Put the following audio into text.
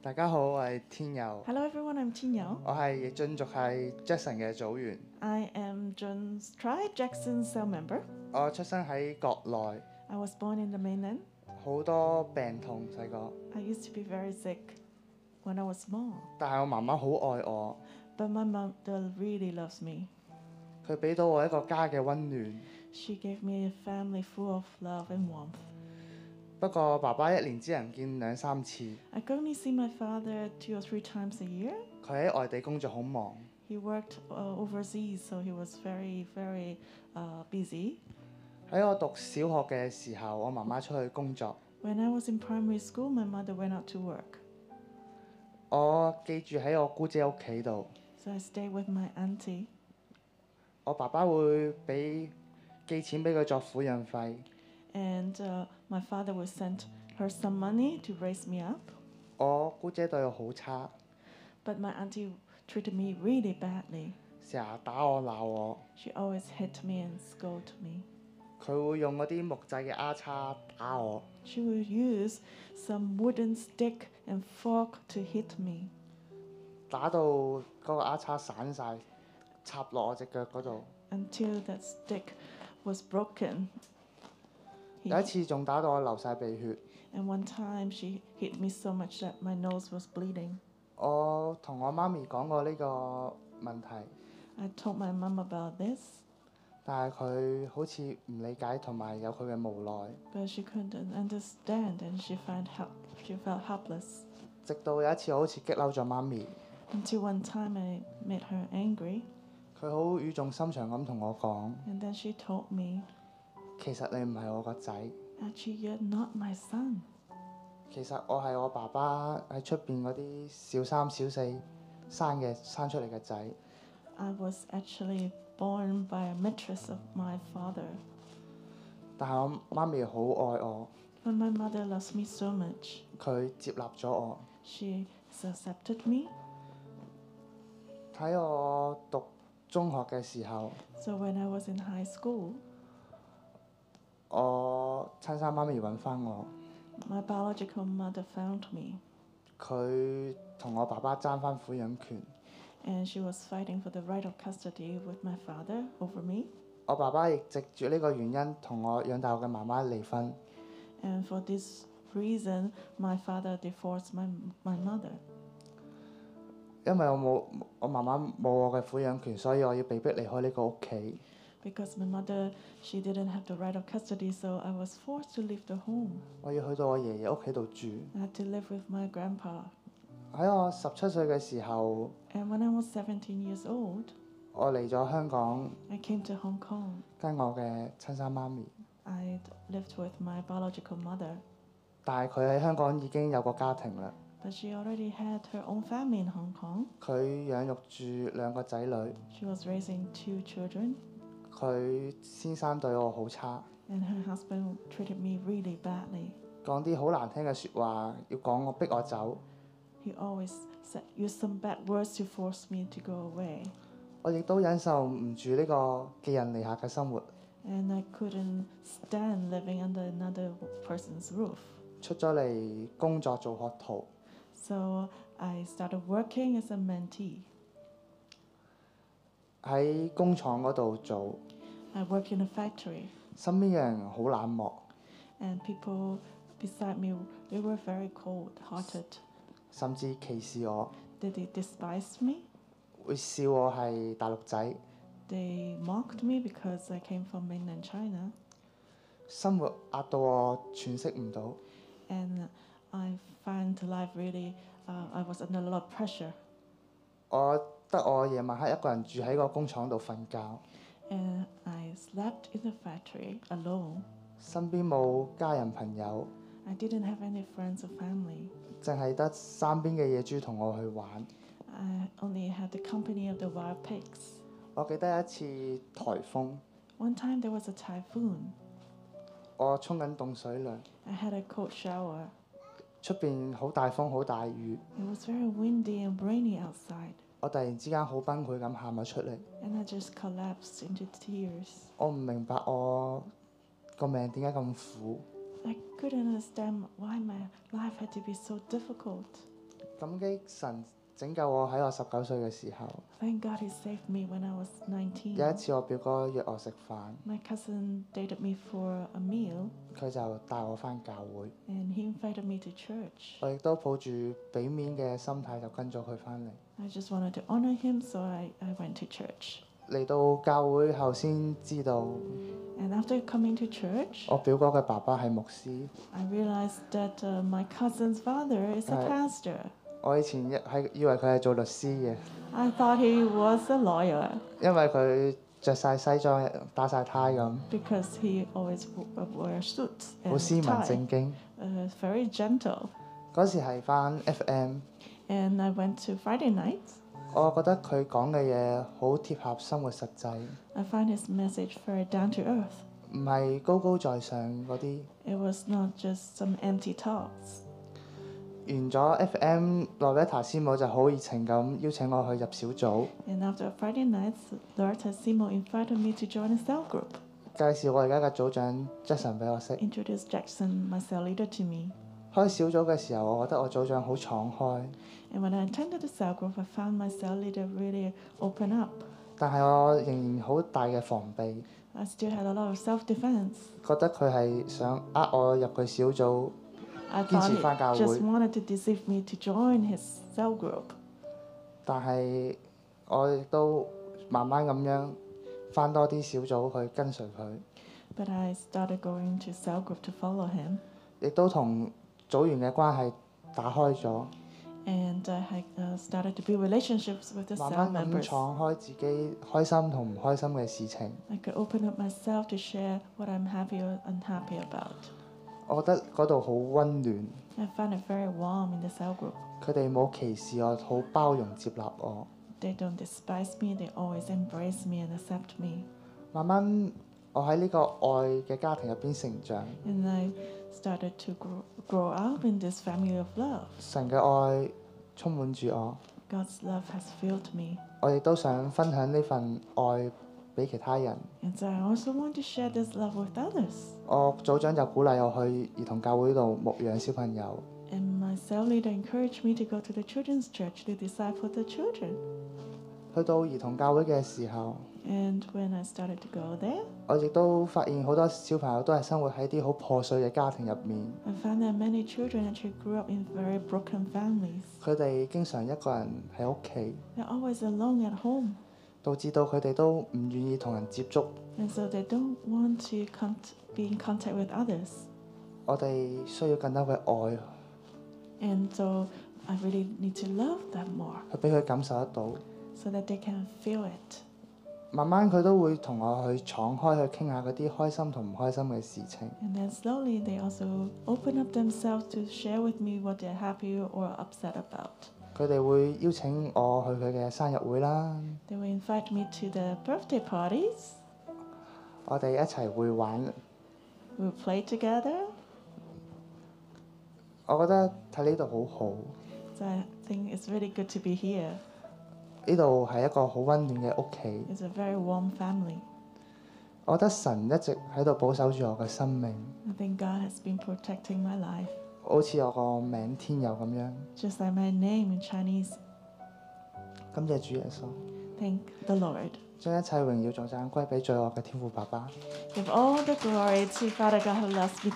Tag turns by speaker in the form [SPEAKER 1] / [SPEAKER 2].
[SPEAKER 1] 大家好，我係天佑，
[SPEAKER 2] Hello everyone, I'm Tin Yao.
[SPEAKER 1] 我係易津族系 Jackson 嘅組員。
[SPEAKER 2] I am John's Tribe Jackson cell member.
[SPEAKER 1] 我出生喺國內，
[SPEAKER 2] I was born in the mainland.
[SPEAKER 1] 好多病痛細個，
[SPEAKER 2] I used to be very sick when I was small,
[SPEAKER 1] 但係我媽媽好愛我，
[SPEAKER 2] but my mom still really loves me.
[SPEAKER 1] 佢俾到我一個家嘅温暖。
[SPEAKER 2] She gave me a family full of love and warmth.
[SPEAKER 1] 不過爸爸一年只能見兩三次，
[SPEAKER 2] I could only see my father two or three times a year.
[SPEAKER 1] 佢喺外地工作好忙，
[SPEAKER 2] He worked uh, overseas, so he was very, very uh, busy.
[SPEAKER 1] 喺我讀小學嘅時候，我媽媽出去工作。
[SPEAKER 2] When I was in primary school, my mother went out to work.
[SPEAKER 1] 我記住喺我姑姐屋企度，
[SPEAKER 2] So I stayed with my auntie.
[SPEAKER 1] 我爸爸會俾寄錢俾佢作撫養費。
[SPEAKER 2] and uh, my father will send her some money to raise me up.
[SPEAKER 1] 我姑姐對我好差，
[SPEAKER 2] But my auntie treated me really badly.
[SPEAKER 1] 成日打我鬧我，
[SPEAKER 2] She always hit me and scolded me.
[SPEAKER 1] 佢會用嗰啲木製嘅丫叉打我。
[SPEAKER 2] She would use some wooden stick and fork to hit me.
[SPEAKER 1] 打到嗰個丫叉散晒，插落我只腳嗰度。
[SPEAKER 2] until that stick was broken. He-
[SPEAKER 1] 有一次仲打到我流晒鼻血。
[SPEAKER 2] and one time she hit me so much that my nose was bleeding.
[SPEAKER 1] 我同我媽咪講過呢個問題，
[SPEAKER 2] I told my mum about this,
[SPEAKER 1] 但係佢好似唔理解同埋有佢嘅無奈。
[SPEAKER 2] but she couldn't understand and she found help. She felt helpless.
[SPEAKER 1] 直到有一次我好似激嬲咗媽咪，
[SPEAKER 2] Until one time I made her angry,
[SPEAKER 1] 佢好語重心長咁同我講：
[SPEAKER 2] and then she told me,
[SPEAKER 1] 其實你唔係我個仔，
[SPEAKER 2] Actually, you're not my son.
[SPEAKER 1] 其實我係我爸爸喺出邊嗰啲小三小四生嘅生出嚟嘅仔。
[SPEAKER 2] I was actually born by a mistress of my father.
[SPEAKER 1] 但係我媽咪好愛我，
[SPEAKER 2] But my mother loves me so much.
[SPEAKER 1] 佢接納咗我。
[SPEAKER 2] She has accepted me.
[SPEAKER 1] 喺我讀中學嘅時候，
[SPEAKER 2] So when I was in high school,
[SPEAKER 1] 我親生媽咪揾翻我，
[SPEAKER 2] my biological mother found me,
[SPEAKER 1] 佢同我爸爸爭翻撫養權。
[SPEAKER 2] and she was fighting for the right of custody with my father over me.
[SPEAKER 1] 我爸爸亦藉住呢個原因同我養大我嘅媽媽離婚。
[SPEAKER 2] And for this reason, my father divorced my, my mother.
[SPEAKER 1] 因為我冇我媽媽冇我嘅撫養權，所以我要被迫離開呢個屋企。
[SPEAKER 2] Because my mother, she didn't have the right of custody, so I was forced to leave the home.
[SPEAKER 1] 我要去到我爺爺屋企度住。
[SPEAKER 2] I had to live with my grandpa.
[SPEAKER 1] 喺我十七歲嘅時候，
[SPEAKER 2] And when I was 17 years old,
[SPEAKER 1] 我嚟咗香港，
[SPEAKER 2] I came to Hong Kong.
[SPEAKER 1] 跟我嘅親生媽咪，
[SPEAKER 2] I lived with my biological mother,
[SPEAKER 1] 但係佢喺香港已經有個家庭啦。
[SPEAKER 2] but she already had her own family in Hong Kong.
[SPEAKER 1] 佢養育住兩個仔女，
[SPEAKER 2] She was raising two children,
[SPEAKER 1] 佢先生對我好差，
[SPEAKER 2] and her husband treated me really badly.
[SPEAKER 1] 講啲好難聽嘅説話，要講我逼我走。
[SPEAKER 2] He always said, used some bad words to force me to go away,
[SPEAKER 1] 我亦都忍受唔住呢個寄人籬下嘅生活。
[SPEAKER 2] and I couldn't stand living under another person's roof.
[SPEAKER 1] 出咗嚟工作做學徒，
[SPEAKER 2] So I started working as a mentee.
[SPEAKER 1] 喺工廠嗰度做，
[SPEAKER 2] I worked in a factory,
[SPEAKER 1] 身邊嘅人好冷漠，
[SPEAKER 2] and people beside me they were very cold-hearted.
[SPEAKER 1] 甚至歧視我，
[SPEAKER 2] They, they despised me.
[SPEAKER 1] 會笑我係大陸仔。
[SPEAKER 2] They mocked me because I came from mainland China,
[SPEAKER 1] 生活壓到我喘息唔到，
[SPEAKER 2] and I found life really. Uh, I was under a lot of pressure,
[SPEAKER 1] 我得我夜晚黑一個人住喺個工廠度瞓覺，
[SPEAKER 2] and I slept in the factory alone.
[SPEAKER 1] 身邊冇家人朋友。
[SPEAKER 2] I didn't have any friends or family.
[SPEAKER 1] 淨係得山邊嘅野豬同我去玩。
[SPEAKER 2] I only had the company of the wild pigs.
[SPEAKER 1] 我記得有一次颱風，
[SPEAKER 2] One time there was a typhoon.
[SPEAKER 1] 我沖緊凍水涼，
[SPEAKER 2] I had a cold shower.
[SPEAKER 1] 出邊好大風好大雨，
[SPEAKER 2] It was very windy and rainy outside,
[SPEAKER 1] 我突然之間好崩潰咁喊咗出嚟。
[SPEAKER 2] and I just collapsed into tears.
[SPEAKER 1] 我唔明白我個命點解咁苦，
[SPEAKER 2] I couldn't understand why my life had to be so difficult.
[SPEAKER 1] 感激神拯救我喺我十九歲嘅時候，
[SPEAKER 2] Thank God he saved me when I was 19.
[SPEAKER 1] 有一次我表哥約我食飯，
[SPEAKER 2] My cousin dated me for a meal
[SPEAKER 1] 佢就帶我翻教會，
[SPEAKER 2] and he invited me to church.
[SPEAKER 1] 我亦都抱住俾面嘅心態就跟咗佢翻嚟。
[SPEAKER 2] I just wanted to honor him, so I, I went to church.
[SPEAKER 1] 嚟到教會後先知道，
[SPEAKER 2] And after coming to church,
[SPEAKER 1] 我表哥嘅爸爸係牧師。
[SPEAKER 2] I realized that uh, my cousin's father is a
[SPEAKER 1] Right.
[SPEAKER 2] pastor.
[SPEAKER 1] 我以前一係以為佢係做律師嘅，
[SPEAKER 2] I thought he was a lawyer
[SPEAKER 1] 因為佢着晒西裝、打晒呔咁，
[SPEAKER 2] because he always w- uh, wore suits
[SPEAKER 1] 好
[SPEAKER 2] and
[SPEAKER 1] 斯文
[SPEAKER 2] tie.
[SPEAKER 1] 正經。
[SPEAKER 2] Uh, very gentle.
[SPEAKER 1] 嗰時係翻 FM，
[SPEAKER 2] And I went to Friday nights.
[SPEAKER 1] 我覺得佢講嘅嘢好貼合生活實際，
[SPEAKER 2] I find his message very down to earth.
[SPEAKER 1] 唔係高高在上嗰啲。
[SPEAKER 2] It was not just some empty talks.
[SPEAKER 1] 完咗 FM，羅伯塔師母就好熱情咁邀請我去入小組，
[SPEAKER 2] And after Friday nights, Loretta Simo invited me to join a cell group,
[SPEAKER 1] 介紹我而家嘅組長 Jason 俾我識。
[SPEAKER 2] introduced Jackson, my cell leader, to me.
[SPEAKER 1] 開小組嘅時候，我覺得我組長好敞開，
[SPEAKER 2] And when I attended the cell group, I found my cell leader really open up.
[SPEAKER 1] 但係我仍然好大嘅防備，
[SPEAKER 2] I still had a lot of self defense.
[SPEAKER 1] 覺得佢係想呃我入佢小組。
[SPEAKER 2] I
[SPEAKER 1] 堅持
[SPEAKER 2] thought he just
[SPEAKER 1] 返教會。
[SPEAKER 2] wanted to deceive me to join his cell group.
[SPEAKER 1] 但係我亦都慢慢咁樣翻多啲小組去跟隨佢，
[SPEAKER 2] But I started going to cell group to follow him.
[SPEAKER 1] 亦都同組員嘅關係打開咗，
[SPEAKER 2] And I had uh, started to build relationships with the
[SPEAKER 1] 慢
[SPEAKER 2] cell
[SPEAKER 1] 慢
[SPEAKER 2] members.
[SPEAKER 1] 咁闖開自己開心同唔開心嘅事情。
[SPEAKER 2] I could open up myself to share what I'm happy or unhappy about.
[SPEAKER 1] 我覺得嗰度好温暖，
[SPEAKER 2] I found it very warm in the cell group.
[SPEAKER 1] 佢哋冇歧視我，好包容接納我。
[SPEAKER 2] They don't despise me, they always embrace me and accept me.
[SPEAKER 1] 慢慢我喺呢個愛嘅家庭入邊成長，
[SPEAKER 2] And I started to grow, grow up in this family of love.
[SPEAKER 1] 神嘅愛充滿住我，
[SPEAKER 2] God's love has filled me.
[SPEAKER 1] 我亦都想分享呢份愛俾其他人。
[SPEAKER 2] And so I also want to share this love with others.
[SPEAKER 1] 我組長就鼓勵我去兒童教會度牧養小朋友，
[SPEAKER 2] And my cell leader encouraged me to go to the children's church to disciple the children.
[SPEAKER 1] 去到兒童教會嘅時候，
[SPEAKER 2] And when I started to go there,
[SPEAKER 1] 我亦都發現好多小朋友都係生活喺啲好破碎嘅家庭入面，
[SPEAKER 2] I found that many children actually grew up in very broken families.
[SPEAKER 1] 佢哋經常一個人喺屋企，
[SPEAKER 2] They're always alone at home,
[SPEAKER 1] 導致到佢哋都唔願意同人接觸。
[SPEAKER 2] and so they don't want to con- be in contact with others.
[SPEAKER 1] 我哋需要更多嘅愛，
[SPEAKER 2] And so I really need to love them more
[SPEAKER 1] 去俾佢感受得到。
[SPEAKER 2] so that they can feel it.
[SPEAKER 1] 慢慢佢都會同我去敞開去傾下嗰啲開心同唔開心嘅事情。
[SPEAKER 2] And then slowly they also open up themselves to share with me what they're happy or upset about.
[SPEAKER 1] 佢哋會邀請我去佢嘅生日會啦，
[SPEAKER 2] They will invite me to their birthday parties.
[SPEAKER 1] 我哋一齊會玩。
[SPEAKER 2] We'll play together.
[SPEAKER 1] 我覺得睇呢度好好。
[SPEAKER 2] So I think it's really good to be here.
[SPEAKER 1] 呢度係一個好温暖嘅屋企，
[SPEAKER 2] It's a very warm family.
[SPEAKER 1] 我覺得神一直喺度保守住我嘅生命，
[SPEAKER 2] I think God has been protecting my life,
[SPEAKER 1] 好似我個名天佑咁樣。
[SPEAKER 2] just like my name in Chinese
[SPEAKER 1] 感謝主耶穌，
[SPEAKER 2] Thank the Lord.
[SPEAKER 1] 將一切榮耀頌讚歸俾最愛嘅天父爸爸。
[SPEAKER 2] Give all the glory to Father God who loves me.